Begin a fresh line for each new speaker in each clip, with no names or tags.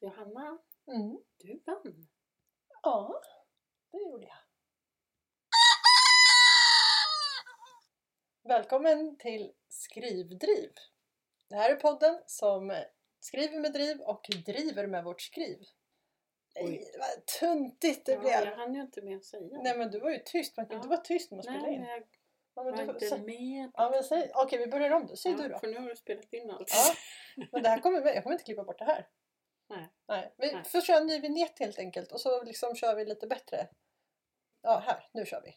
Johanna,
Mm.
du vann.
Ja, det gjorde jag. Välkommen till Skrivdriv. Det här är podden som skriver med driv och driver med vårt skriv. Nej, vad tuntigt det
ja,
blev!
Jag hann ju inte med att säga.
Nej men du var ju tyst, man kan
Ja.
inte vara tyst när man spelar
Nej,
in.
men jag
Ja, men
var
du,
inte
så,
med.
ja, men säg, okej, vi börjar om då. Säg
Ja,
du då.
För nu har du spelat in allt.
Ja, men det här kommer med. Jag kommer inte klippa bort det här.
Nej.
Nej. Vi
Nej.
får köra en ny vignett helt enkelt och så liksom kör vi lite bättre. Ja, här. Nu kör vi.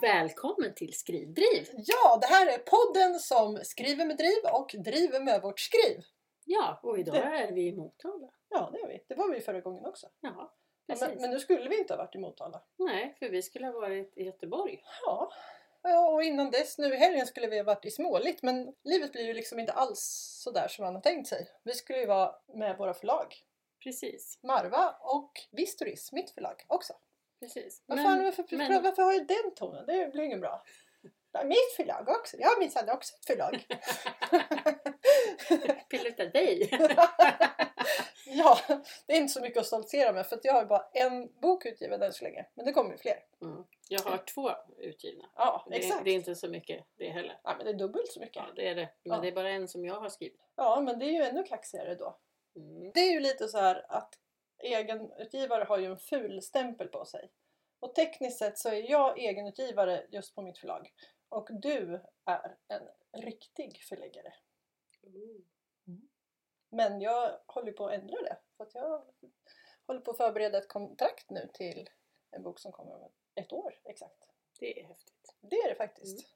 Välkommen till Skrivdriv!
Ja, det här är podden som skriver med driv och driver med vårt skriv.
Ja, och idag
Det-
är vi i Motala.
Ja, det gör vi. Det var vi ju förra gången också.
Ja,
Ja,
precis.
men, men nu skulle vi inte ha varit i Motala.
Nej, för vi skulle ha varit i Göteborg.
Ja. ja, och innan dess nu i helgen skulle vi ha varit i Småligt men livet blir ju liksom inte alls sådär som man har tänkt sig. Vi skulle ju vara med våra förlag.
Precis,
Marva och Visturis, mitt förlag också.
precis.
Vad fan, varför,
men-
varför har jag den tonen? Det blir ingen bra. Ja, Mitt förlag också. Jag har minsann också ett förlag.
Pilota dig!
ja, det är inte så mycket att stoltsera med för att jag har bara en bok utgiven än så länge. Men det kommer ju fler.
Mm. Jag har två utgivna.
Ja,
Det,
exakt.
det är inte så mycket det heller.
Ja, men det är dubbelt så mycket.
Ja, det är det. Men
Ja.
det är bara en som jag har skrivit.
Ja, men det är ju ännu kaxigare då.
Mm.
Det är ju lite så här att egenutgivare har ju en ful stämpel på sig. Och tekniskt sett så är jag egenutgivare just på mitt förlag. Och du är en riktig förläggare.
Mm.
Men jag håller på att ändra det. För att jag håller på att förbereda ett kontrakt nu till en bok som kommer om ett år exakt.
Det är häftigt.
Det är det faktiskt.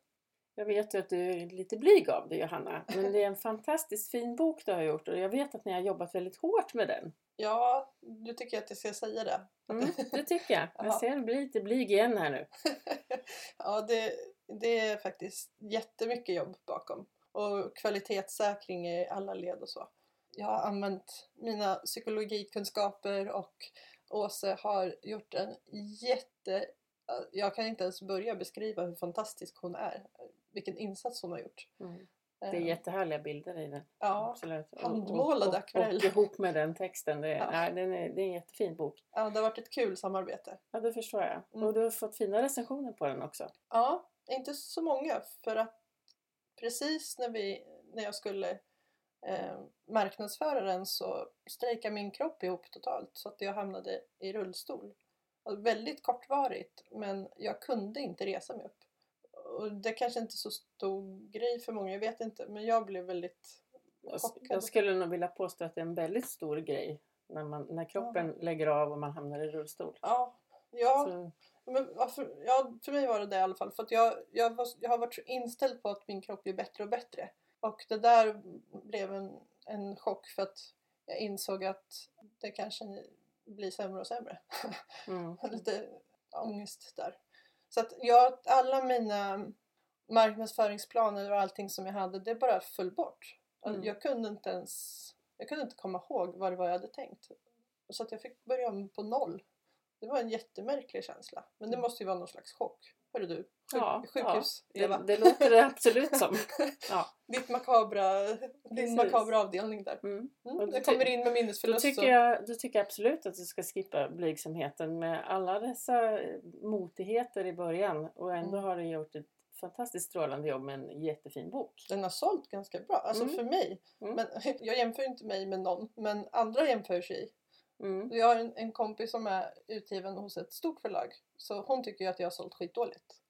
Jag vet ju att du är lite blyg av det Johanna, men det är en fantastiskt fin bok du har gjort och jag vet att ni har jobbat väldigt hårt med den.
Ja, du tycker att jag ska säga det.
Mm, det tycker jag.
Jaha.
Jag ser du blir lite blyg igen här nu.
Ja, det, det är faktiskt jättemycket jobb bakom. Och kvalitetssäkring i alla led och så. Jag har använt mina psykologikunskaper och Åse har gjort en jätte... Jag kan inte ens börja beskriva hur fantastisk hon är. Vilken insats hon har gjort. Ehm,
Det är jättehärliga bilder i den.
Mm. Ja,
Absolut. Och-
handmålad
och, och,
akvarell.
och ihop med den texten. Det är,
Ja.
nej, den är, det är en jättefin bok.
ja, det har varit ett kul samarbete.
Ja, det förstår jag.
Mm.
Och du har fått fina recensioner på den också.
Ja, inte så många för att precis när, vi, när jag skulle eh, marknadsföra den så strejkade min kropp ihop totalt så att jag hamnade i rullstol. Och väldigt kortvarigt men jag kunde inte resa mig upp. Och det kanske inte är så stor grej för många, jag vet inte, men jag blev väldigt
Jag, s-
chockad.
jag skulle nog vilja påstå att det är en väldigt stor grej när, man, när kroppen lägger av och man hamnar i rullstol.
Ja, ja.
Så,
Men varför, ja, för mig var det det i alla fall. För att jag, jag, var, jag har varit så inställd på att min kropp blir bättre och bättre. Och det där blev en, en chock för att jag insåg att det kanske blir sämre och sämre.
mm.
Lite ångest där. Så att jag, alla mina marknadsföringsplaner och allting som jag hade, det bara föll bort. Alltså,
Mm.
Jag kunde inte ens jag kunde inte komma ihåg vad det var jag hade tänkt. Så att jag fick börja om på noll. Det var en jättemärklig känsla. Men det
Mm.
måste ju vara någon slags chock. Hörru du, sjuk,
Ja,
sjukhus, Eva.
Det, det låter det absolut som. Ja.
Ditt makabra, din
Precis.
makabra avdelning där.
Mm.
Mm,
Och
jag
ty-
kommer in med
Då,
minnesförlust.
tycker
och-
jag, då tycker jag absolut att du ska skippa blygsamheten med alla dessa eh, motigheter i början och ändå
Mm.
har du gjort ett fantastiskt strålande jobb med en jättefin bok.
Den har sålt ganska bra, alltså
Mm.
för mig.
Mm.
Men, jag jämför inte mig med någon, men andra jämför sig
Mm.
Jag har en, en kompis som är utgiven hos ett stort förlag. Så hon tycker ju att jag har sålt skitdåligt.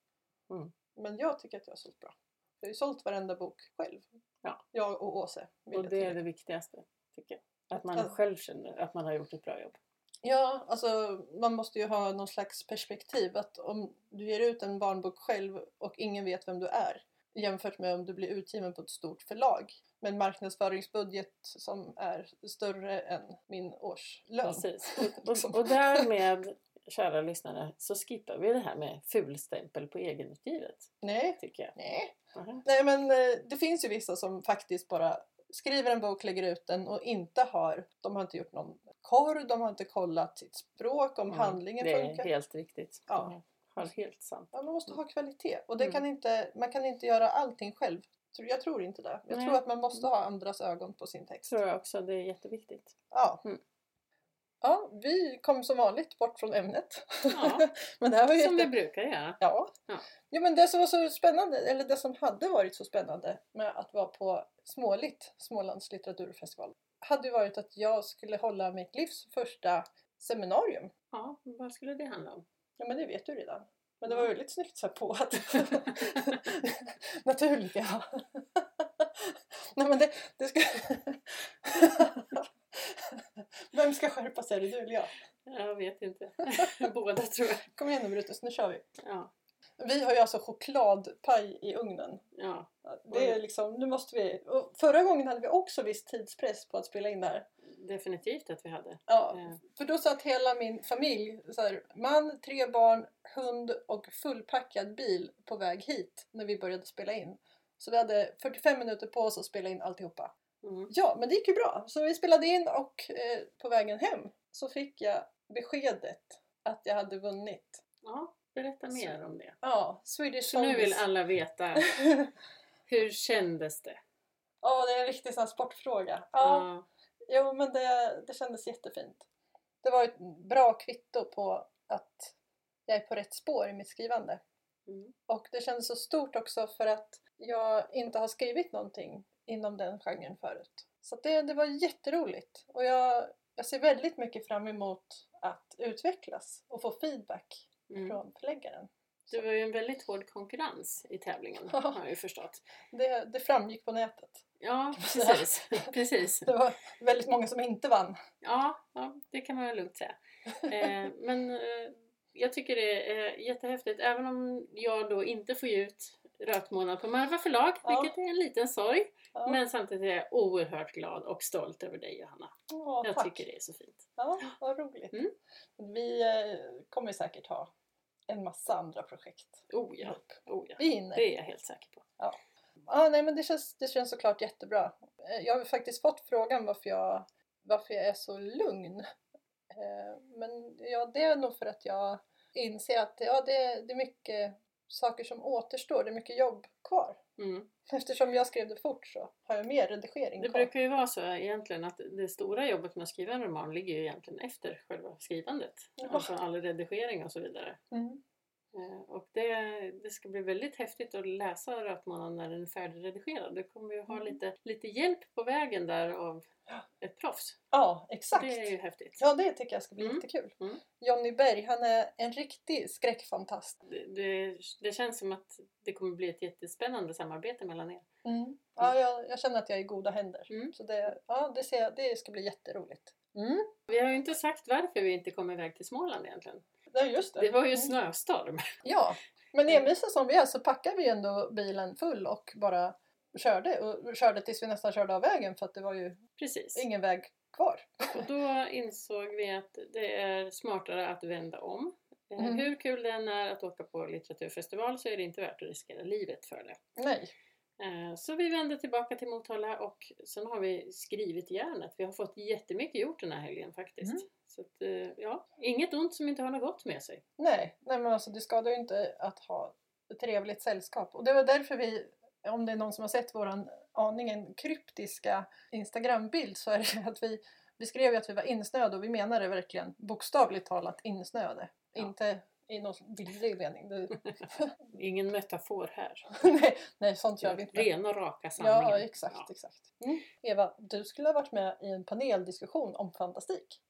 Mm.
Men jag tycker att jag har sålt bra. Jag har ju sålt varenda bok själv.
Ja.
Jag och Åse. vill
Och
jag
det är
tillägga.
det viktigaste, tycker jag. Att
Ja.
man själv känner att man har gjort ett bra jobb.
Ja, alltså man måste ju ha någon slags perspektiv. Att om du ger ut en barnbok själv och ingen vet vem du är jämfört med om du blir utgiven på ett stort förlag med en marknadsföringsbudget som är större än min årslön.
Precis. Och, och, och därmed, kära lyssnare, så skippar vi det här med fulstämpel på egenutgivet,
Nej,
tycker jag.
nej.
Aha.
Nej men eh, det finns ju vissa som faktiskt bara skriver en bok, lägger ut den och inte har, de har inte gjort någon korr, de har inte kollat sitt språk, om
Mm,
handlingen
Det är
funkar.
helt riktigt.
Ja.
Har helt sant.
Ja, man måste ha kvalitet och det
Mm.
kan inte, man kan inte göra allting själv. tror- Jag tror inte det. Jag
Nej.
tror att man måste ha andras ögon på sin text.
tror jag också. Det är jätteviktigt.
Ja.
Mm.
ja, vi kom som vanligt bort från ämnet.
Ja.
men det här var ju
Som vi
jätte...
brukar göra.
Ja.
Ja.
Jo, men det som var så spännande, eller det som hade varit så spännande med att vara på Småligt, Smålands litteraturfestival, hade ju varit att jag skulle hålla mitt livs första seminarium.
Ja, vad skulle det handla om?
Ja, men det vet du redan. Men det
Ja.
var väldigt snyggt så här på att Naturliga. Nej men det, det ska... Vem ska skärpa sig? Är det du eller jag?
Jag vet inte. Båda tror jag.
Kom igen nu Brutus, nu kör vi.
Ja,
Vi har ju alltså chokladpaj i ugnen.
ja,
Det är liksom, nu måste vi... och Förra gången hade vi också viss tidspress på att spela in det här.
definitivt att vi hade.
Ja,
Eh,
för då satt hela min familj, så här, man, tre barn, hund och fullpackad bil på väg hit när vi började spela in. Så vi hade 45 minuter på oss att spela in alltihopa.
Mm.
Ja, men det gick ju bra. Så vi spelade in och eh, på vägen hem så fick jag beskedet att jag hade vunnit.
Ja, berätta mer om det.
Ja, Swedish
Så nu vill
Songs.
alla veta. Hur kändes det?
Ja, det är en riktig sån här sportfråga. Ja,
Ja.
Jo, men det, det kändes jättefint. Det var ett bra kvitto på att jag är på rätt spår i mitt skrivande.
Mm.
Och det kändes så stort också för att jag inte har skrivit någonting inom den genren förut. Så att det, det var jätteroligt och jag, jag ser väldigt mycket fram emot att utvecklas och få feedback
Mm.
från förläggaren.
Det var ju en väldigt hård konkurrens i tävlingen
Ja.
har jag ju förstått.
Det, det framgick på nätet.
Ja,
man säga.
precis. precis.
Det var väldigt många som inte vann.
Ja, ja, det kan man väl lugnt säga. Eh, men eh, jag tycker det är jättehäftigt. Även om jag då inte får ge ut Rötmånad på Marva förlag,
Ja.
vilket är en liten sorg.
Ja.
Men samtidigt är jag oerhört glad och stolt över dig Johanna.
Åh,
Jag
tack.
tycker det är så fint.
Ja, vad roligt.
Mm.
Vi eh, kommer säkert ha en massa andra projekt.
Oh ja, oh ja.
Vi hinner.
Det är jag helt säker på.
Ja, nej, men det, känns, det känns såklart jättebra. Eh, Jag har faktiskt fått frågan varför jag, varför jag är så lugn. Eh, Men ja, det är nog för att jag inser att ja, det, det är mycket saker som återstår. Det är mycket jobb kvar.
Mm.
Eftersom jag skrev det fort så har jag mer redigering
Det
kvar.
brukar ju vara så egentligen att det stora jobbet med att skriva en roman ligger ju egentligen efter själva skrivandet.
Ja.
Alltså all redigering och så vidare.
Mm.
Eh, Och det, det ska bli väldigt häftigt att läsa Rötmånaden när den är färdigredigerad. Du kommer ju ha
Mm.
lite, lite hjälp på vägen där av ett proffs.
Ja, exakt.
Det är ju häftigt.
Ja, det tycker jag ska bli
Mm.
jättekul.
Mm.
Johnny Berg, han är en riktig skräckfantast.
Det, det, det känns som att det kommer bli ett jättespännande samarbete mellan er.
Mm. Ja, jag, jag känner att jag är i goda händer.
Mm.
Så det, ja, det, ser jag, det ska bli jätteroligt. Mm.
Vi har ju inte sagt varför vi inte kom iväg till Småland egentligen.
Ja, just det.
Det var ju
Mm.
snöstorm.
Ja, men
Mm.
envisa som vi är så packade vi ändå bilen full och bara körde. Och körde tills vi nästan körde av vägen för att det var ju
Precis.
ingen väg kvar.
Och då insåg vi att det är smartare att vända om. Eh,
Mm.
Hur kul det än är att åka på litteraturfestival så är det inte värt att riskera livet för det.
Nej.
Eh, Så vi vände tillbaka till Motala och sen har vi skrivit järnet. Vi har fått jättemycket gjort den här helgen faktiskt.
Mm.
Så att, eh, ja, inget ont som inte har något gott med sig.
Nej, nej men alltså det skadar ju inte att ha ett trevligt sällskap. Och det var därför vi, om det är någon som har sett våran aningen kryptiska Instagram-bild så är det att vi, vi skrev ju att vi var insnöade och vi menade verkligen bokstavligt talat insnöade.
Ja.
Inte i någon bildlig mening. Det,
Ingen metafor här.
nej, nej, sånt gör vi inte.
Rena raka sanningen.
Ja, exakt.
Ja.
exakt. Eva, du skulle ha varit med i en paneldiskussion om fantastik.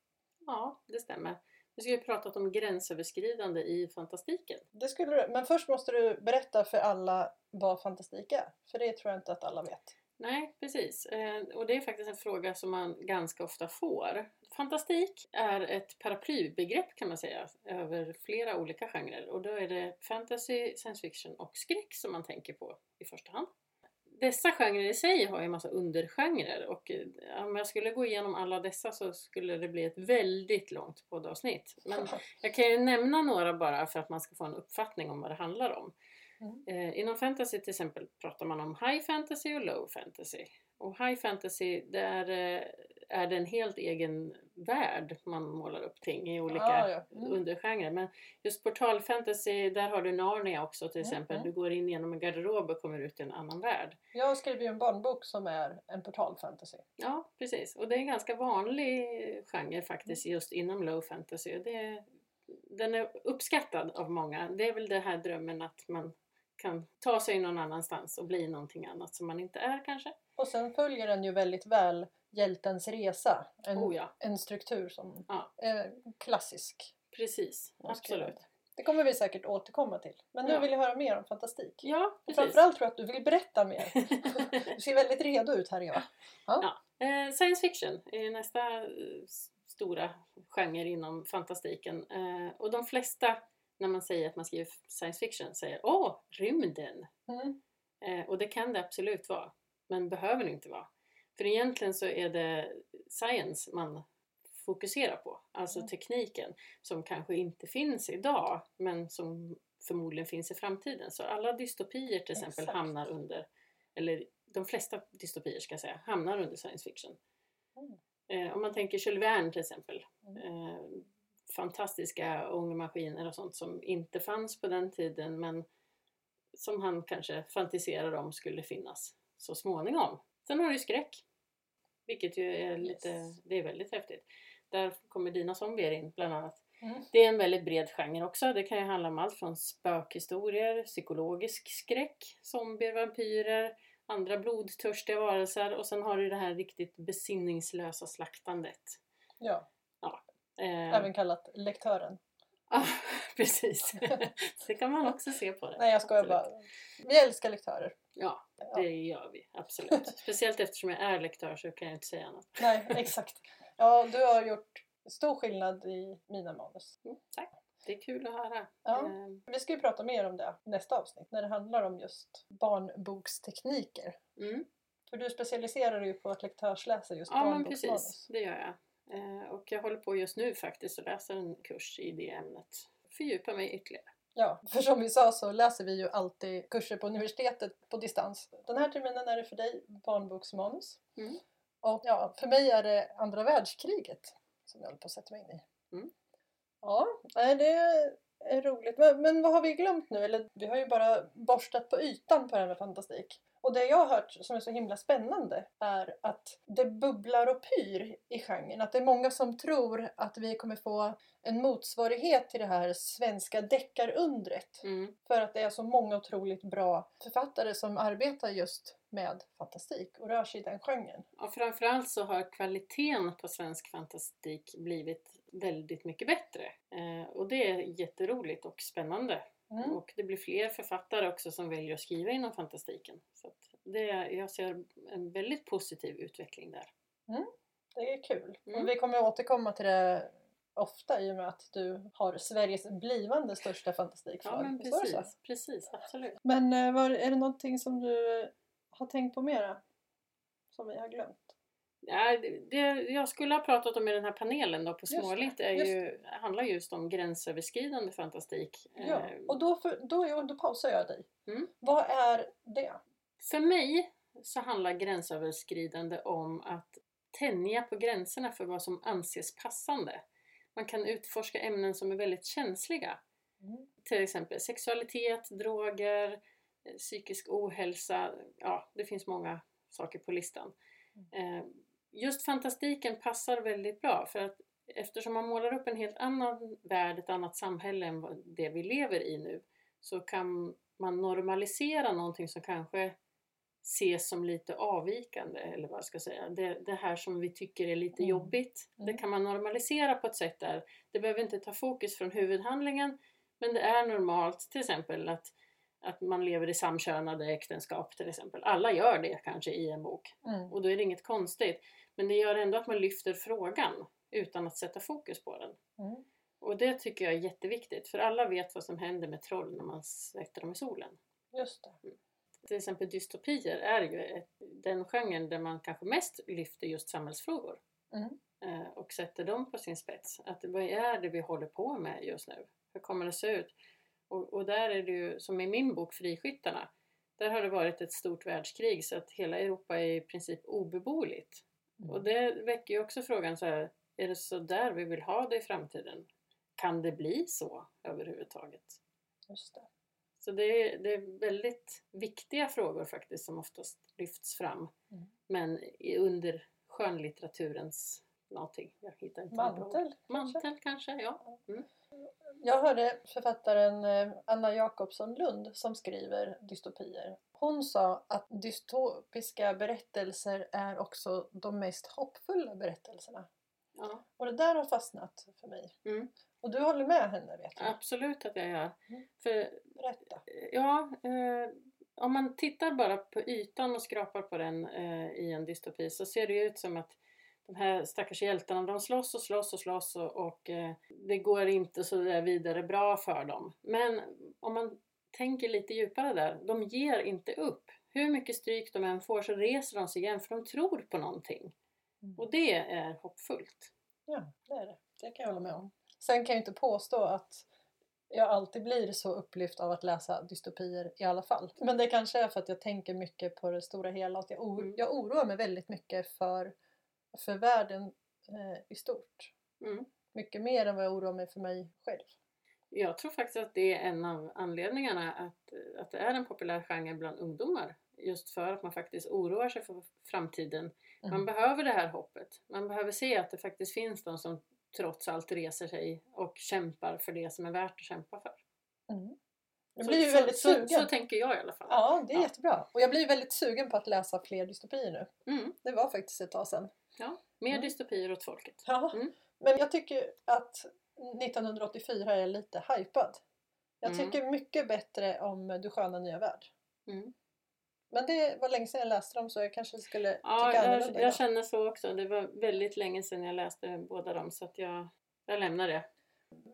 ja, det stämmer. Vi skulle ju pratat om gränsöverskridande i fantastiken.
Det skulle du, men först måste du berätta för alla vad fantastik är, för det tror jag inte att alla vet.
Nej, precis. Eh, Och det är faktiskt en fråga som man ganska ofta får. Fantastik är ett paraplybegrepp kan man säga över flera olika genrer och då är det fantasy, science fiction och skräck som man tänker på i första hand. Dessa genrer i sig har ju en massa undergenrer och eh, om jag skulle gå igenom alla dessa så skulle det bli ett väldigt långt poddavsnitt. Men jag kan ju nämna några bara för att man ska få en uppfattning om vad det handlar om.
Mm.
Eh, inom fantasy till exempel pratar man om high fantasy och low fantasy. Och high fantasy det är eh, är det en helt egen värld man målar upp ting i olika
Ja, ja. Mm.
undergenrer. Men just portalfantasy, där har du Narnia också till
Mm,
exempel.
mm.
Du går in genom en garderob och kommer ut i en annan värld.
Jag skriver ju en barnbok som är en portalfantasy.
Ja, precis. Och det är en ganska vanlig genre faktiskt
Mm.
just inom low fantasy. Och Det, den är uppskattad av många. Det är väl det här drömmen att man kan ta sig någon annanstans och bli någonting annat som man inte är kanske.
Och sen följer den ju väldigt väl hjältens resa. En,
Oh ja,
en struktur som
Ja.
är klassisk.
precis.
Man ska göra
Absolut.
det. Det kommer vi säkert återkomma till. Men nu
Ja.
vill jag höra mer om fantastik.
Ja,
Och
precis.
framförallt tror jag att du vill berätta mer. Du ser väldigt redo ut här Eva.
Eh, science fiction är nästa eh, s- stora genre inom fantastiken. Eh, och de flesta, när man säger att man skriver science fiction, säger Åh, rymden!
Mm.
Eh, och det kan det absolut vara, men behöver det inte vara. För egentligen så är det science man fokuserar på, alltså
Mm.
tekniken som kanske inte finns idag men som förmodligen finns i framtiden. Så alla dystopier till exempel
Exakt.
hamnar under, eller de flesta dystopier ska jag säga, hamnar under science fiction.
Mm.
Eh, om man tänker Jules Verne till exempel.
Mm.
Eh, fantastiska ångmaskiner och sånt som inte fanns på den tiden men som han kanske fantiserar om skulle finnas så småningom. Sen har du ju skräck. Vilket ju är lite,
Yes.
det är väldigt häftigt. Där kommer dina zombier in bland annat.
Mm.
Det är en väldigt bred genre också. Det kan ju handla om allt från spökhistorier, psykologisk skräck, zombier, vampyrer, andra blodtörstiga varelser och sen har du det här riktigt besinningslösa slaktandet.
Ja,
Eh,
även kallat lektören.
ja, precis. det kan man också se på det.
Nej jag skojar
Absolut.
bara. Vi älskar lektörer.
Ja,
Ja.
det gör vi. Absolut. Speciellt eftersom jag är lektör så kan jag inte säga annat.
Nej, exakt. Ja, du har gjort stor skillnad i mina manus.
Det är kul att höra.
Mm. Ja.
Eh,
Vi ska ju prata mer om det i nästa avsnitt när det handlar om just barnbokstekniker.
Mm.
För du specialiserar dig ju på att lektörsläsa just
Ja men precis,
barnboksmanus.
det gör jag. Eh, Och jag håller på just nu faktiskt och läser en kurs i det ämnet. Fördjupa mig ytterligare.
Ja, för som vi sa så läser vi ju alltid kurser på universitetet på distans. Den här terminen är det för dig barnboksmanus.
Mm.
Och ja, för mig är det andra världskriget som jag håller på att sätta mig in i.
Mm.
Ja, nej, det är roligt. Men, men vad har vi glömt nu? Eller vi har ju bara borstat på ytan på det här med fantastik. Och det jag har hört som är så himla spännande är att det bubblar och pyr i genren. Att det är många som tror att vi kommer få en motsvarighet till det här svenska deckarundret.
Mm.
För att det är så många otroligt bra författare som arbetar just med fantastik och rör sig i den genren.
Och framförallt så har kvaliteten på svensk fantastik blivit väldigt mycket bättre. Eh, Och det är jätteroligt och spännande.
Mm.
Och det blir fler författare också som väljer att skriva inom fantastiken. Så att det, jag ser en väldigt positiv utveckling där.
Det är kul.
Mm.
Och vi kommer att återkomma till det ofta i och med att du har Sveriges blivande största fantastikförlag.
Ja men
Visst var det så?
precis, precis absolut.
Men eh, var, är det någonting som du eh, har tänkt på mera? Som vi har glömt?
Ja, det jag skulle ha pratat om i den här panelen då på
det,
Småligt är
just
ju, handlar just om gränsöverskridande fantastik.
Ja.
Eh,
Och då, för, då, jo, då pausar jag dig.
Mm.
Vad är det?
För mig så handlar gränsöverskridande om att tänja på gränserna för vad som anses passande. Man kan utforska ämnen som är väldigt känsliga.
Mm.
Till exempel sexualitet, droger, eh, psykisk ohälsa. Ja, det finns många saker på listan. Eh, Just fantastiken passar väldigt bra för att eftersom man målar upp en helt annan värld, ett annat samhälle än vad- det vi lever i nu så kan man normalisera någonting som kanske ses som lite avvikande eller vad jag ska säga. Det, det här som vi tycker är lite
Mm.
jobbigt, det
Mm.
kan man normalisera på ett sätt där det behöver inte ta fokus från huvudhandlingen men det är normalt till exempel att, att man lever i samkönade äktenskap till exempel. Alla gör det kanske i en bok
Mm.
och då är det inget konstigt. Men det gör ändå att man lyfter frågan utan att sätta fokus på den.
Mm.
Och det tycker jag är jätteviktigt för alla vet vad som händer med troll när man sätter dem i solen.
Just det.
Till exempel dystopier är ju ett, den genren där man kanske mest lyfter just samhällsfrågor
Mm.
eh, och sätter dem på sin spets. Att vad är det vi håller på med just nu? Hur kommer det se ut? Och, och där är det ju, som i min bok Friskyttarna, där har det varit ett stort världskrig så att hela Europa är i princip obeboeligt.
Mm.
Och det väcker ju också frågan så här, är det så där vi vill ha det i framtiden? Kan det bli så överhuvudtaget?
Just det.
Så det är, det är väldigt viktiga frågor faktiskt som oftast lyfts fram.
Mm.
Men i, under skönlitteraturens någonting. Jag hittar inte något ord.
Mantel.
Mantel kanske, ja.
Jag hörde författaren eh, Anna Jacobsson Lund som skriver dystopier. Hon sa att dystopiska berättelser är också de mest hoppfulla berättelserna.
ja.
Och det där har fastnat för mig.
Mm.
Och du håller med henne vet jag.
Absolut att jag gör.
Mm.
För
Berätta.
Ja, eh, om man tittar bara på ytan och skrapar på den eh, i en dystopi så ser det ju ut som att de här stackars hjältarna de slåss och slåss och slåss och, och eh, det går inte så där vidare bra för dem. Men om man tänker lite djupare där, de ger inte upp. Hur mycket stryk de än får så reser de sig igen för de tror på någonting.
Mm.
Och det är hoppfullt.
Ja, det är det. Det kan jag hålla med om. Sen kan jag inte påstå att jag alltid blir så upplyft av att läsa dystopier i alla fall. Men det kanske är för att jag tänker mycket på det stora hela. Att jag, or-
Mm.
jag oroar mig väldigt mycket för, för världen eh, i stort.
Mm.
Mycket mer än vad jag oroar mig för mig själv.
Jag tror faktiskt att det är en av anledningarna att, att det är en populär genre bland ungdomar. Just för att man faktiskt oroar sig för framtiden.
Mm.
Man behöver det här hoppet. Man behöver se att det faktiskt finns de som trots allt reser sig och kämpar för det som är värt att kämpa för.
Mm. Jag
Så-
blir ju
så-
väldigt
så,
sugen.
så, tänker jag i alla fall.
ja, det är
Ja.
jättebra. Och jag blir väldigt sugen på att läsa fler dystopier nu.
Mm,
Det var faktiskt ett tag sedan.
ja. Mer
Mm.
dystopier åt folket.
Ja.
Mm.
Men jag tycker att 1984 är lite hypad. Jag
Mm.
tycker mycket bättre om Du sköna nya värld.
Mm.
Men det var länge sedan jag läste dem så jag kanske skulle
Ja,
tycka
jag,
annorlunda idag.
jag känner så också. Det var väldigt länge sedan jag läste båda dem så att jag, jag lämnar det.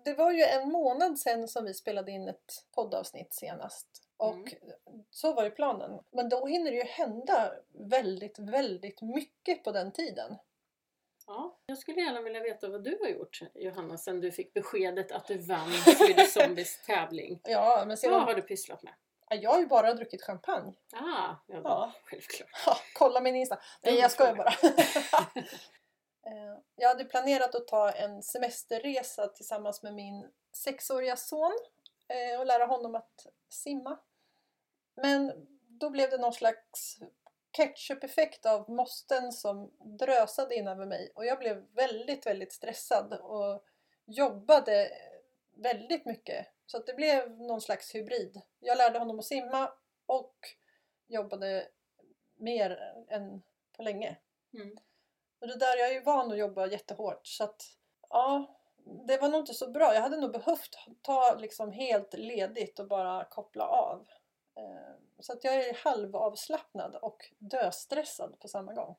Det var ju en månad sedan som vi spelade in ett poddavsnitt senast. Och
Mm.
så var ju planen. Men då hinner det ju hända väldigt, väldigt mycket på den tiden.
Ja, jag skulle gärna vilja veta vad du har gjort Johanna sen du fick beskedet att du vann Swedish Zombies tävling.
Ja, men sedan,
Vad har du pysslat med?
Ja, jag har ju bara druckit champagne.
Ah, ja, då,
Ja.
självklart.
Ja, kolla min Insta. Nej,
Dum
jag skojar
fråga.
bara. Eh, jag hade planerat att ta en semesterresa tillsammans med min sexåriga son eh, och lära honom att simma. Men då blev det någon slags ketchup-effekt av mosten som drösade in över mig och jag blev väldigt, väldigt stressad och jobbade väldigt mycket. Så att det blev någon slags hybrid. Jag lärde honom att simma och jobbade mer än på länge.
Mm.
Och det där, jag är ju van att jobba jättehårt så att ja, det var nog inte så bra. Jag hade nog behövt ta liksom helt ledigt och bara koppla av. Eh, Så att jag är halvavslappnad och döstressad på samma gång.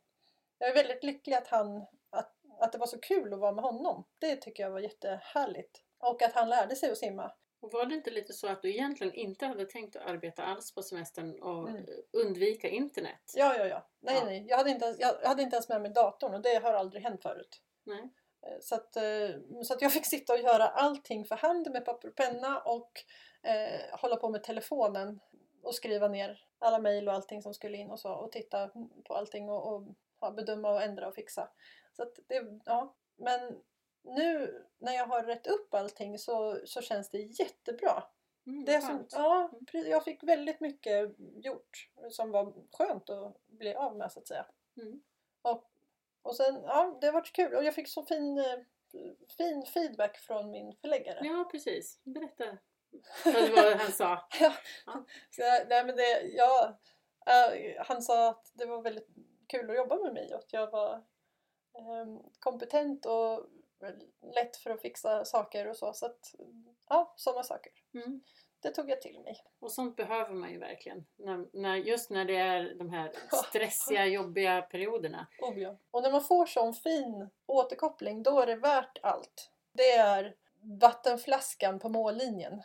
Jag är väldigt lycklig att, han, att, att det var så kul att vara med honom. Det tycker jag var jättehärligt. Och att han lärde sig att simma.
Och var det inte lite så att du egentligen inte hade tänkt att arbeta alls på semestern och
Mm.
undvika internet?
Ja, ja, ja. Nej,
Ja.
nej. Jag hade, inte, ens- jag hade inte ens med mig datorn och det har aldrig hänt förut.
Nej.
Eh, Så att, eh, så att jag fick sitta och göra allting för hand med papper och penna och eh, hålla på med telefonen och skriva ner alla mejl och allting som skulle in och så och titta på allting och, och ja, bedöma och ändra och fixa. Så att det, ja. Men nu när jag har rätt upp allting så, så känns det jättebra.
Mm,
Det som,
skönt.
ja, pre- jag fick väldigt mycket gjort som var skönt att bli av med så att säga.
Mm.
Och, och sen, ja, det har varit kul och jag fick så fin, eh, fin feedback från min förläggare.
ja, precis. Berätta vad vad han sa.
Så, jag- nej, men det, ja, eh, han sa att det var väldigt kul att jobba med mig och att jag var ehm, kompetent och lätt för att fixa saker och så. Så att, ja, sådana saker.
Mm.
Det tog jag till mig.
Och sånt behöver man ju verkligen. När, när, just när det är de här
Ja.
stressiga, jobbiga perioderna.
Oh ja. Och när man får sån fin återkoppling då är det värt allt. Det är vattenflaskan på mållinjen.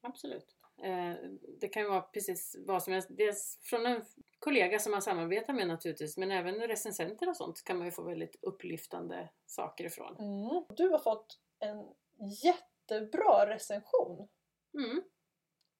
Absolut. Eh, det kan ju vara precis vad som helst. Dels från en kollega som man samarbetar med naturligtvis, men även recensenter och sånt kan man ju få väldigt upplyftande saker ifrån.
Mm. Du har fått en jättebra recension.
Mm.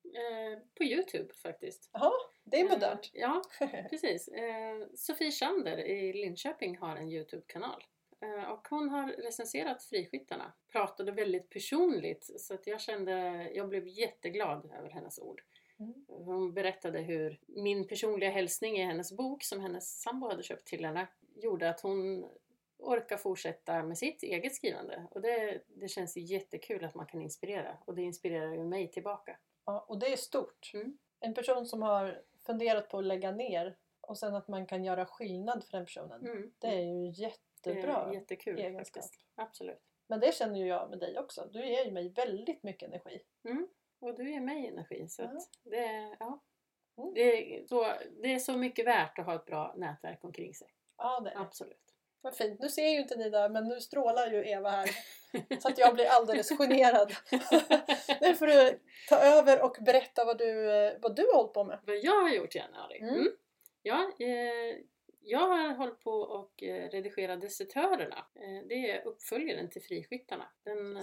Eh, på Youtube faktiskt.
Jaha, Det är modernt.
Eh, ja, precis. Eh, Sofie Schander i Linköping har en Youtube-kanal. Eh, och hon har recenserat Friskyttarna. Pratade väldigt personligt så att jag kände, jag blev jätteglad över hennes ord.
Mm.
Hon berättade hur min personliga hälsning i hennes bok som hennes sambo hade köpt till henne gjorde att hon orkar fortsätta med sitt eget skrivande. Och det, det känns jättekul att man kan inspirera och det inspirerar ju mig tillbaka.
Ja, och det är stort.
Mm.
En person som har funderat på att lägga ner och sen att man kan göra skillnad för den personen.
Mm.
Det är ju
Det är
jättebra.
jättekul
egenskap.
faktiskt. Absolut.
Men det känner ju jag med dig också. Du ger ju mig väldigt mycket energi.
Och du ger mig energi. Så
Ja.
att det, ja.
Mm.
det, är så, det är så mycket värt att ha ett bra nätverk omkring sig.
Ja, det är det.
Absolut.
Vad fint. Nu ser ju inte ni det, men nu strålar ju Eva här. Så att jag blir alldeles generad. Nu får du ta över och berätta vad du, eh, vad du har hållit på med.
Vad jag har gjort i januari?
Mm.
Mm. Ja, eh, jag har hållit på och eh, redigerat Desertörerna. Eh, det är uppföljaren till Friskyttarna. Den, eh,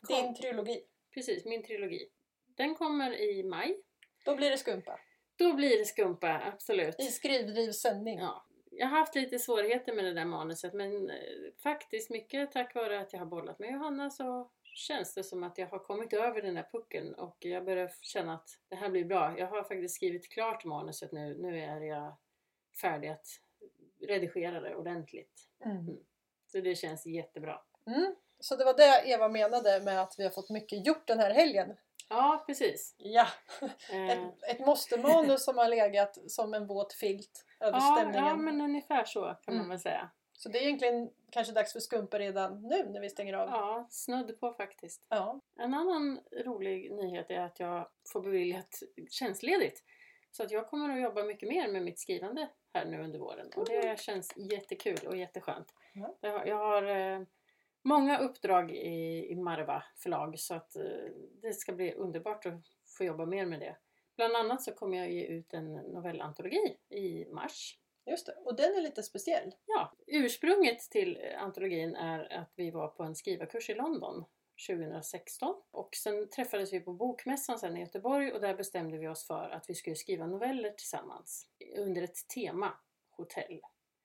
kom-
Din trilogi.
Precis, min trilogi. Den kommer i maj.
Då blir det skumpa.
Då blir det skumpa, absolut.
I skrivdriv sändning.
Ja. Jag har haft lite svårigheter med det där manuset men eh, faktiskt mycket tack vare att jag har bollat med Johanna så känns det som att jag har kommit över den där pucken och jag börjar känna att det här blir bra. Jag har faktiskt skrivit klart manuset nu. Nu är jag färdig att redigera det ordentligt.
Mm.
Så det känns jättebra.
Mm. Så det var det Eva menade med att vi har fått mycket gjort den här helgen.
Ja, precis.
Ja,
Eh,
ett, ett måste-manus som har legat som en våt filt över
ja,
stämningen.
ja, men ungefär så kan man
Mm.
väl säga.
Så det är egentligen kanske dags för skumpa redan nu när vi stänger av.
Ja, snudd på faktiskt.
Ja.
En annan rolig nyhet är att jag får beviljat tjänstledigt. Så att jag kommer att jobba mycket mer med mitt skrivande här nu under våren. Och det känns jättekul och jätteskönt.
Ja.
Jag har, jag har eh, många uppdrag i, i Marva förlag så att eh, det ska bli underbart att få jobba mer med det. Bland annat så kommer jag ge ut en novellantologi i mars.
Just det, och den är lite speciell.
Ja, ursprunget till eh, antologin är att vi var på en skrivarkurs i London 2016 och sen träffades vi på bokmässan sen i Göteborg och där bestämde vi oss för att vi skulle skriva noveller tillsammans under ett tema, hotell.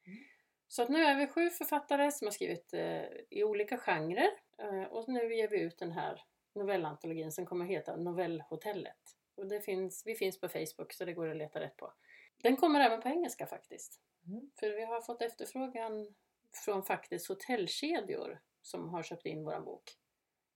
Mm.
Så att nu är vi sju författare som har skrivit eh, i olika genrer eh, och nu ger vi ut den här novellantologin som kommer heta Novellhotellet. Och det finns, vi finns på Facebook så det går att leta rätt på. Den kommer även på engelska faktiskt. För vi har fått efterfrågan från faktiskt hotellkedjor som har köpt in våran bok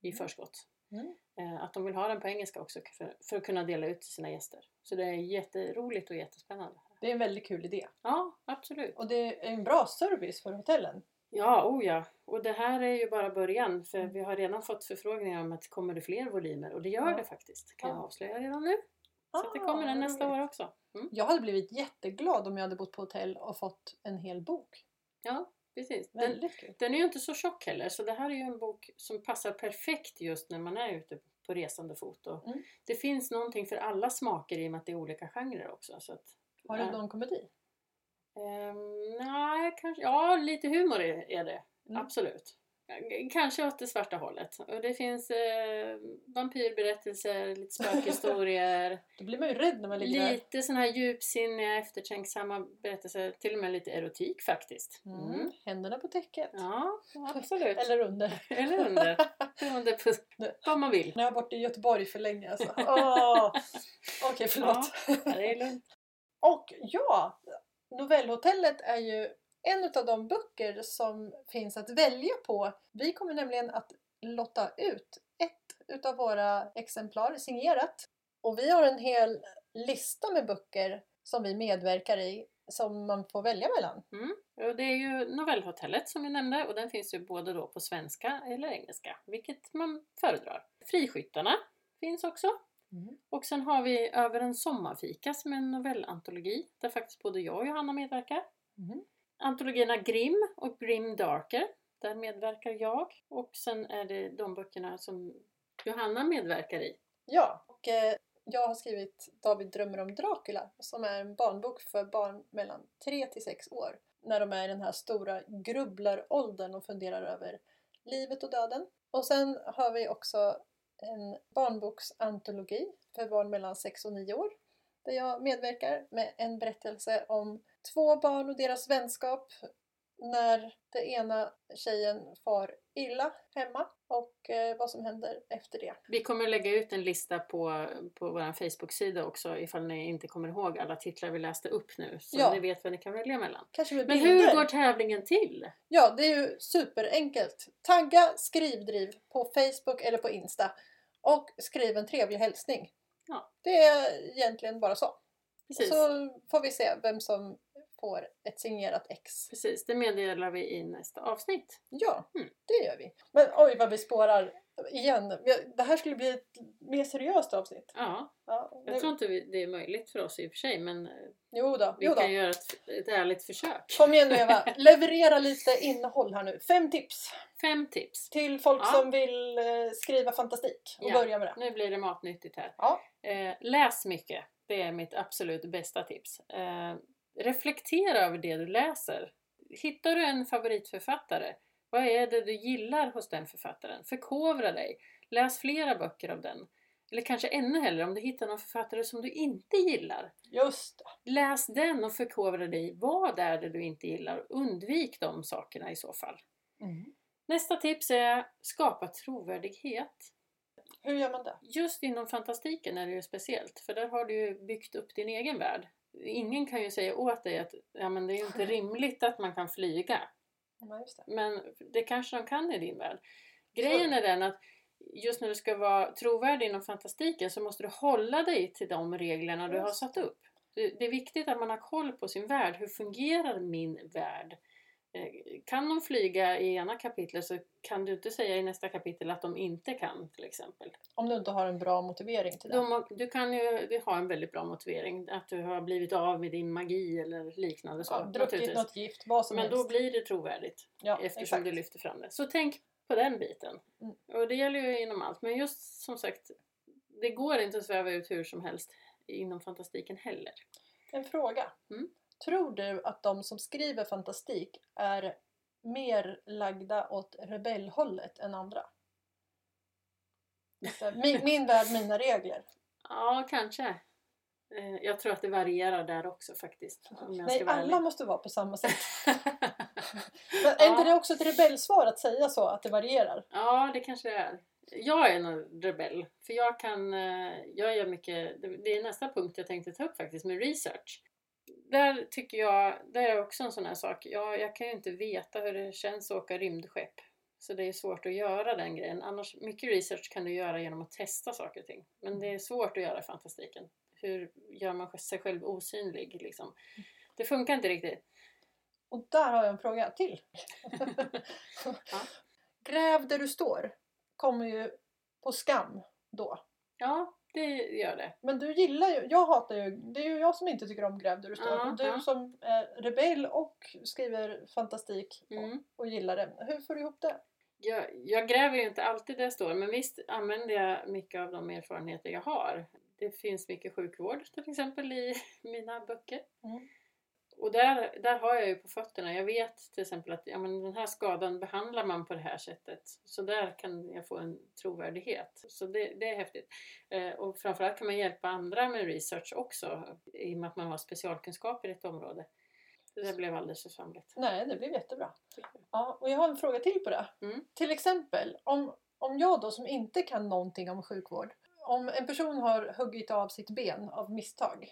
i
Mm.
förskott.
Mm.
Eh, Att de vill ha den på engelska också för, för att kunna dela ut till sina gäster. Så det är jätteroligt och jättespännande.
Det är en väldigt kul idé.
Ja, absolut.
Och det är en bra service för hotellen.
Ja, oh ja. Och det här är ju bara början för
Mm.
vi har redan fått förfrågningar om att kommer det fler volymer och det gör
Ja.
det faktiskt. Kan jag
Ja.
avslöja redan nu. Så att det
Ah,
kommer den
vad
nästa
roligt.
år också. Mm.
Jag hade blivit jätteglad om jag hade bott på hotell och fått en hel bok.
Ja, precis. Den,
Väldigt kul.
Den är ju inte så tjock heller så det här är ju en bok som passar perfekt just när man är ute på resande fot. Och
Mm.
Det finns någonting för alla smaker i och med att det är olika genrer också. Så att,
Har
Ja.
du någon komedi?
ehm, nej, kanske, ja, lite humor är, är det.
Mm.
Absolut. Kanske åt det svarta hållet. Och det finns eh, vampyrberättelser, lite spökhistorier,
Då blir man ju rädd när man ligger där.
lite sådana här djupsinniga, eftertänksamma berättelser, till och med lite erotik faktiskt.
Mm. Händerna på täcket.
Ja, absolut.
Eller under.
Eller under. Beroende på vad man vill.
När jag var borta i Göteborg för länge alltså. Åh! Okej, förlåt.
Ja, det är lugnt.
Och ja, Novellhotellet är ju en av de böcker som finns att välja på. Vi kommer nämligen att lotta ut ett utav våra exemplar signerat. Och vi har en hel lista med böcker som vi medverkar i som man får välja mellan.
Och det är ju Novellhotellet som vi nämnde och den finns ju både då på svenska eller engelska, vilket man föredrar. Friskyttarna finns också.
Mm.
Och sen har vi Över en sommarfika som är en novellantologi där faktiskt både jag och Johanna medverkar.
Mm.
Antologierna Grimm och Grim Darker, där medverkar jag. Och sen är det de böckerna som Johanna medverkar i.
Ja, och eh, jag har skrivit David drömmer om Dracula som är en barnbok för barn mellan 3 till 6 år. När de är i den här stora grubblaråldern och funderar över livet och döden. Och sen har vi också en barnboksantologi för barn mellan 6 och 9 år där jag medverkar med en berättelse om två barn och deras vänskap när den ena tjejen far illa hemma och eh, vad som händer efter det.
Vi kommer att lägga ut en lista på, på vår Facebook-sida också ifall ni inte kommer ihåg alla titlar vi läste upp nu så
Ja.
ni vet vad ni kan välja mellan.
Kanske med
Men
bilder.
hur går tävlingen till?
Ja, det är ju superenkelt. Tagga Skrivdriv på Facebook eller på Insta och skriv en trevlig hälsning.
Ja.
Det är egentligen bara så.
Precis.
Så får vi se vem som får ett signerat ex.
Precis, det meddelar vi i nästa avsnitt.
Ja,
Mm.
det gör vi. Men oj vad vi spårar igen. Vi- Det här skulle bli ett mer seriöst avsnitt.
Ja,
Ja,
jag
nu-
tror inte vi- det är möjligt för oss i och för sig men eh,
Jo då,
vi
jo då.
kan göra ett, ett ärligt försök.
Kom igen nu Eva, leverera lite innehåll här nu. Fem tips
Fem tips.
till folk
Ja.
som vill eh, skriva fantastik och
Ja.
börja med det.
Nu blir det matnyttigt här.
Ja.
Eh, läs mycket. Det är mitt absolut bästa tips. Eh, reflektera över det du läser. Hittar du en favoritförfattare, vad är det du gillar hos den författaren? Förkovra dig. Läs flera böcker av den. Eller kanske ännu hellre om du hittar någon författare som du inte gillar.
Just det.
Läs den och förkovra dig. Vad är det du inte gillar? Undvik de sakerna i så fall. Mm. Nästa tips är skapa trovärdighet.
Hur gör man det?
Just inom fantastiken är det ju speciellt för där har du ju byggt upp din egen värld. Ingen kan ju säga åt dig att ja, men det är ju inte rimligt att man kan flyga.
Ja, just det.
Men det kanske de kan i din värld. Grejen är den att just när du ska vara trovärdig inom fantastiken så måste du hålla dig till de reglerna du har
Just
satt upp. Det det är viktigt att man har koll på sin värld. Hur fungerar min värld? Eh, Kan de flyga i ena kapitlet så kan du inte säga i nästa kapitel att de inte kan till exempel.
Om du inte har en bra motivering till det.
De, du kan ju du har en väldigt bra motivering, att du har blivit av med din magi eller liknande. Så,
ja, druckit
naturligtvis.
något gift, vad som
Men
helst.
då blir det trovärdigt
ja,
eftersom
exakt.
du lyfter fram det. Så tänk på den biten.
Mm.
Och det gäller ju inom allt, men just som sagt, det går inte att sväva ut hur som helst inom fantastiken heller.
En fråga.
Mm.
Tror du att de som skriver fantastik är mer lagda åt rebellhållet än andra? Så här, Min, min värld, mina regler.
Ja, kanske. Eh, Jag tror att det varierar där också faktiskt. om jag
Nej,
ska vara
alla
ärlig.
måste vara på samma sätt. Men är inte
Ja.
det också ett rebellsvar att säga så, att det varierar?
Ja, det kanske det är. Jag är en rebell, för jag kan, eh, jag gör mycket, det- det är nästa punkt jag tänkte ta upp faktiskt med research. Där tycker jag, där är också en sån här sak, jag, jag kan ju inte veta hur det känns att åka rymdskepp. Så det är svårt att göra den grejen. Annars, mycket research kan du göra genom att testa saker och ting. Men det är svårt att göra i fantastiken. Hur gör man sig själv osynlig liksom? Det funkar inte riktigt.
Och där har jag en fråga till.
Ja.
Gräv där du står kommer ju på skam då.
Ja, det gör det.
Men du gillar ju, jag hatar ju, det är ju jag som inte tycker om Gräv där du står.
Ja,
och du
ja.
som är rebell och skriver fantastik och,
Mm.
och gillar det. Hur får du ihop det?
jag, jag gräver ju inte alltid där jag står men visst använder jag mycket av de erfarenheter jag har. Det finns mycket sjukvård till exempel i mina böcker.
Mm.
Och där, där har jag ju på fötterna. Jag vet till exempel att ja, men den här skadan behandlar man på det här sättet. Så där kan jag få en trovärdighet. Så det, det är häftigt. Eh, och framförallt kan man hjälpa andra med research också i och med att man har specialkunskaper i ett område. Det där blev alldeles för svamligt.
Nej, det blev jättebra.
tycker jag.
Ja, och jag har en fråga till på det.
Mm.
Till exempel, om, om jag då som inte kan någonting om sjukvård, om en person har huggit av sitt ben av misstag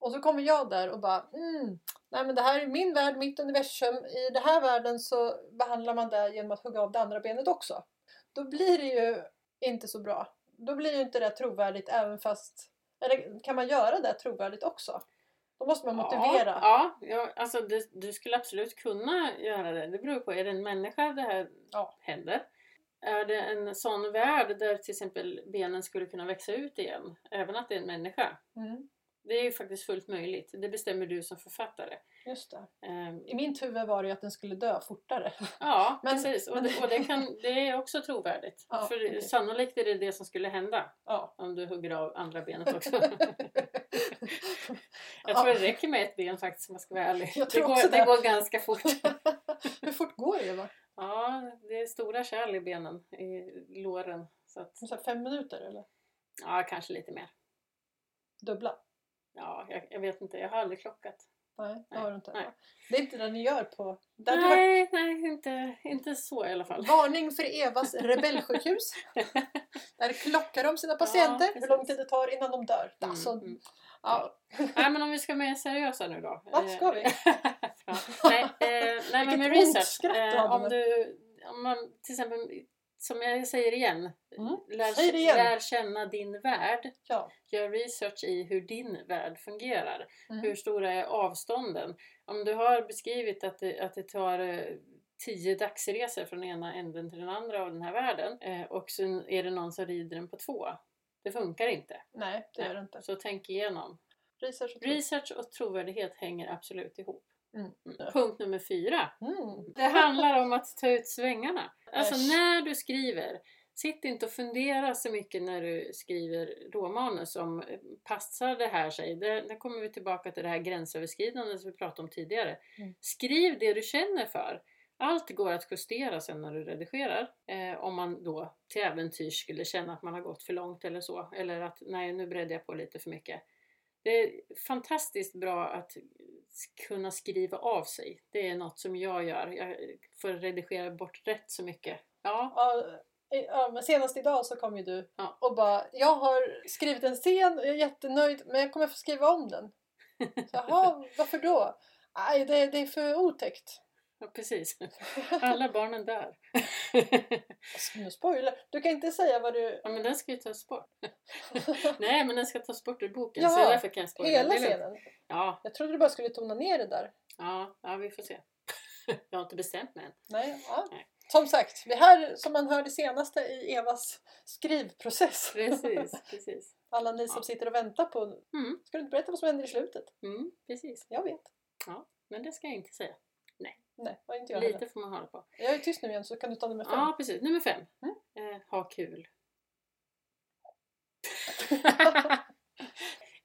och så kommer jag där och bara mm, nej men det här är min värld, mitt universum, i den här världen så behandlar man det genom att hugga av det andra benet också. Då blir det ju inte så bra. Då blir ju inte det trovärdigt även fast, eller kan man göra det trovärdigt också? Då måste man motivera.
Ja, ja, ja alltså du, du skulle absolut kunna göra det. Det beror på, är det en människa det här
Ja.
händer? Är det en sån värld där till exempel benen skulle kunna växa ut igen, även att det är en människa?
Mm,
Det är ju faktiskt fullt möjligt. Det bestämmer du som författare.
just det.
Ehm,
I mitt huvud var det ju att den skulle dö fortare.
ja,
Men-
precis. Och,
men-
det, och det, kan, det är också trovärdigt.
Ja,
För
okej.
sannolikt är det det som skulle hända
Ja.
om du hugger av andra benet också. Jag tror det räcker med ett ben faktiskt om jag ska vara ärlig.
Jag tror
det,
också
går,
det.
det går ganska fort.
Hur fort går det Eva?
Ja, det är stora kärl i benen, i låren. Så att,
Så här fem minuter eller?
ja, kanske lite mer.
Dubbla?
Ja, jag, jag vet inte. Jag har aldrig klockat.
Nej, det
Nej,
har du inte.
nej.
Det är inte det ni gör på... Det hade varit
Nej, nej, inte, inte så i alla fall.
varning för Evas rebellsjukhus. Där klockar de sina
Ja,
patienter hur
precis.
lång tid det tar innan de dör.
Mm,
Alltså,
mm.
Ja,
Nej, men om vi ska vara mer seriösa nu då.
Vad ska vi?
Bra. nej, eh, nej men med
Vilket ont
research.
skratt du
eh,
hade
om
nu.
du, om man till exempel, som jag säger igen,
Mm,
lär,
säg det igen.
lär känna din värld.
ja.
Gör research i hur din värld fungerar.
Mm.
Hur stora är avstånden? Om du har beskrivit att det, att det tar eh, tio dagsresor från ena änden till den andra av den här världen eh, och sen är det någon som rider den på två. Det funkar inte.
Nej, det gör det inte.
Så tänk igenom.
Research och tro.
Research och trovärdighet hänger absolut ihop.
Mm.
Punkt nummer fyra.
Mm.
Det handlar om att ta ut svängarna. Alltså
Äsch.
när du skriver, sitt inte och fundera så mycket när du skriver råmanus om eh, passar det här sig? Det- Där kommer vi tillbaka till det här gränsöverskridande som vi pratade om tidigare.
Mm.
Skriv det du känner för. Allt går att justera sen när du redigerar. Eh, om man då till äventyrs skulle känna att man har gått för långt eller så. Eller att nej, nu bredde jag på lite för mycket. Det är fantastiskt bra att kunna skriva av sig. Det är något som jag gör. Jag får redigera bort rätt så mycket. Ja,
Ja, eh, ja, men senast idag så kom ju du
Ja.
och bara Jag har skrivit en scen och jag är jättenöjd men jag kommer få skriva om den. Så, Jaha, varför då? Nej, det, det är för otäckt.
ja, precis. Alla barnen dör.
Alltså, Nu spoilar Du kan inte säga vad du...
Ja, men den ska ju tas bort. Nej, men den ska tas bort ur boken.
Jaha,
så därför kan jag spoila.
Hela
Det är lugnt.
scenen.
Ja,
Jag trodde du bara skulle tona ner det där.
ja, ja, vi får se. Jag har inte bestämt mig än.
Nej, ja.
Nej.
Som sagt, vi här som man hör det senaste i Evas skrivprocess.
Precis, precis.
Alla ni som
Ja.
sitter och väntar på...
Mm.
Ska du inte berätta vad som händer i slutet?
Mm, precis.
Jag vet.
Men det ska jag inte säga.
Nej, vad inte jag heller.
Lite får man hålla på.
Jag är tyst nu igen så kan du ta nummer fem.
Ja, precis. Nummer fem.
Mm.
Eh, ha kul.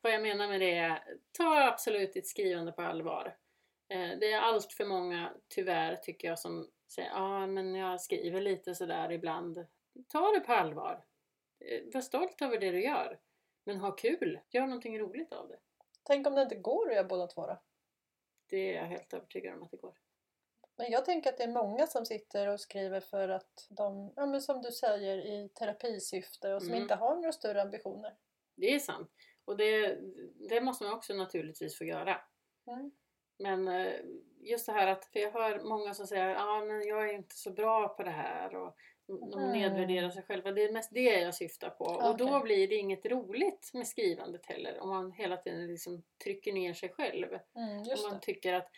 Vad jag menar med det är, ta absolut ditt skrivande på allvar. Eh, det är allt för många, tyvärr, tycker jag som säger ja men jag skriver lite sådär ibland. Ta det på allvar. Eh, var stolt över det du gör. Men ha kul. Gör någonting roligt av det.
Tänk om det inte går att göra båda två då?
Det är jag helt övertygad om att det går.
Men jag tänker att det är många som sitter och skriver för att de, ja men som du säger, i terapisyfte och som
Mm.
inte har några större ambitioner.
Det är sant. Och det, det måste man också naturligtvis få göra.
Mm.
Men eh, just det här att, för jag hör många som säger ah, men jag är inte så bra på det här och de
Mm.
nedvärderar sig själva. Det är mest det jag syftar på. Och då
Okej.
blir det inget roligt med skrivandet heller om man hela tiden liksom trycker ner sig själv.
Mm,
om
just
man
det.
tycker att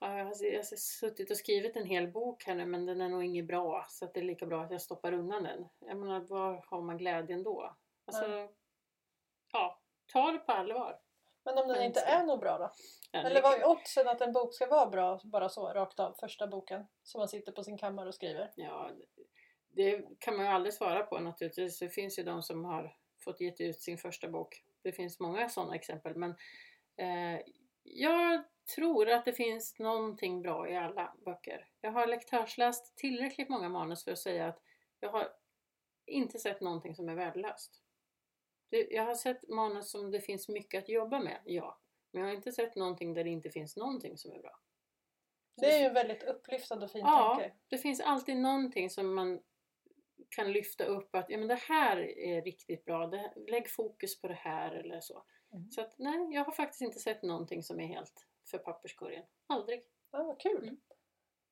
ah, jag, har, jag har suttit och skrivit en hel bok här nu men den är nog inget bra så att det är lika bra att jag stoppar undan den. Jag menar, var har man glädjen då? Alltså,
Mm.
ja, ta det på allvar.
Men om den
Jag
inte
önskar.
är något bra då?
Ja, det
Eller vad är
kan-
oddsen att en bok ska vara bra bara så, rakt av, första boken som man sitter på sin kammare och skriver?
Ja, det kan man ju aldrig svara på naturligtvis. Det finns ju de som har fått gett ut sin första bok. Det finns många sådana exempel. Men eh, jag tror att det finns någonting bra i alla böcker. Jag har lektörsläst tillräckligt många manus för att säga att jag har inte sett någonting som är värdelöst. Det- Jag har sett manus som det finns mycket att jobba med, ja. Men jag har inte sett någonting där det inte finns någonting som är bra.
Det är ju en väldigt upplyftande och fin
Ja.
tanke.
Det finns alltid någonting som man kan lyfta upp att ja, men det här är riktigt bra, det, lägg fokus på det här eller så.
Mm.
Så att nej, jag har faktiskt inte sett någonting som är helt för papperskorgen. Aldrig.
Ja, vad kul.
Mm.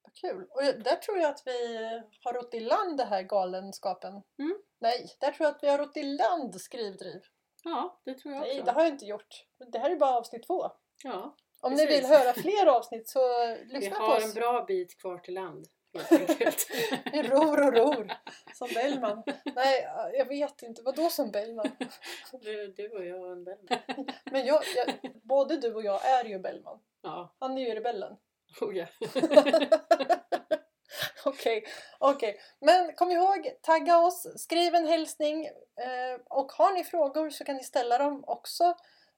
Vad kul. Och jag- där tror jag att vi har rott i land det här galenskapen.
Mm.
Nej, där tror jag att vi har rott i land skrivdriv.
Ja, det tror jag
Nej,
också.
det har jag inte gjort. Men Det här är bara avsnitt två.
Ja,
Om ni
Precis.
vill höra fler avsnitt så
vi
lyssna på
har en
oss.
bra bit kvar till land. Helt enkelt.
Vi ror och ror. Som Bellman. Nej, jag vet inte. Vadå som Bellman?
du, du och jag och en vän.
Men jag, jag, både du och jag är ju Bellman.
Ja,
Han är ju rebellen.
oh ja.
Okej, okej. Men kom ihåg, tagga oss, skriv en hälsning eh, och har ni frågor så kan ni ställa dem också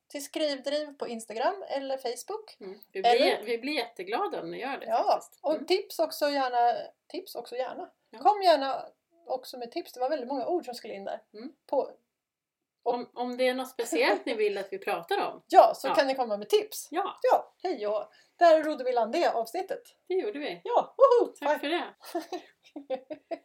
till skrivdriv på Instagram eller Facebook.
Mm. Vi,
Eller-
blir, vi blir jätteglada om ni gör det
Ja,
faktiskt.
och
Mm.
tips också gärna. Tips också gärna.
Ja.
Kom gärna också med tips. Det var väldigt många ord som skulle in där.
Mm.
På,
Om, om det är något speciellt ni vill att vi pratar om?
Ja, så
Ja.
kan ni komma med tips.
Ja,
Ja, hej och där rodde vi land det avsnittet.
det gjorde vi.
Ja, woho!
Tack för det.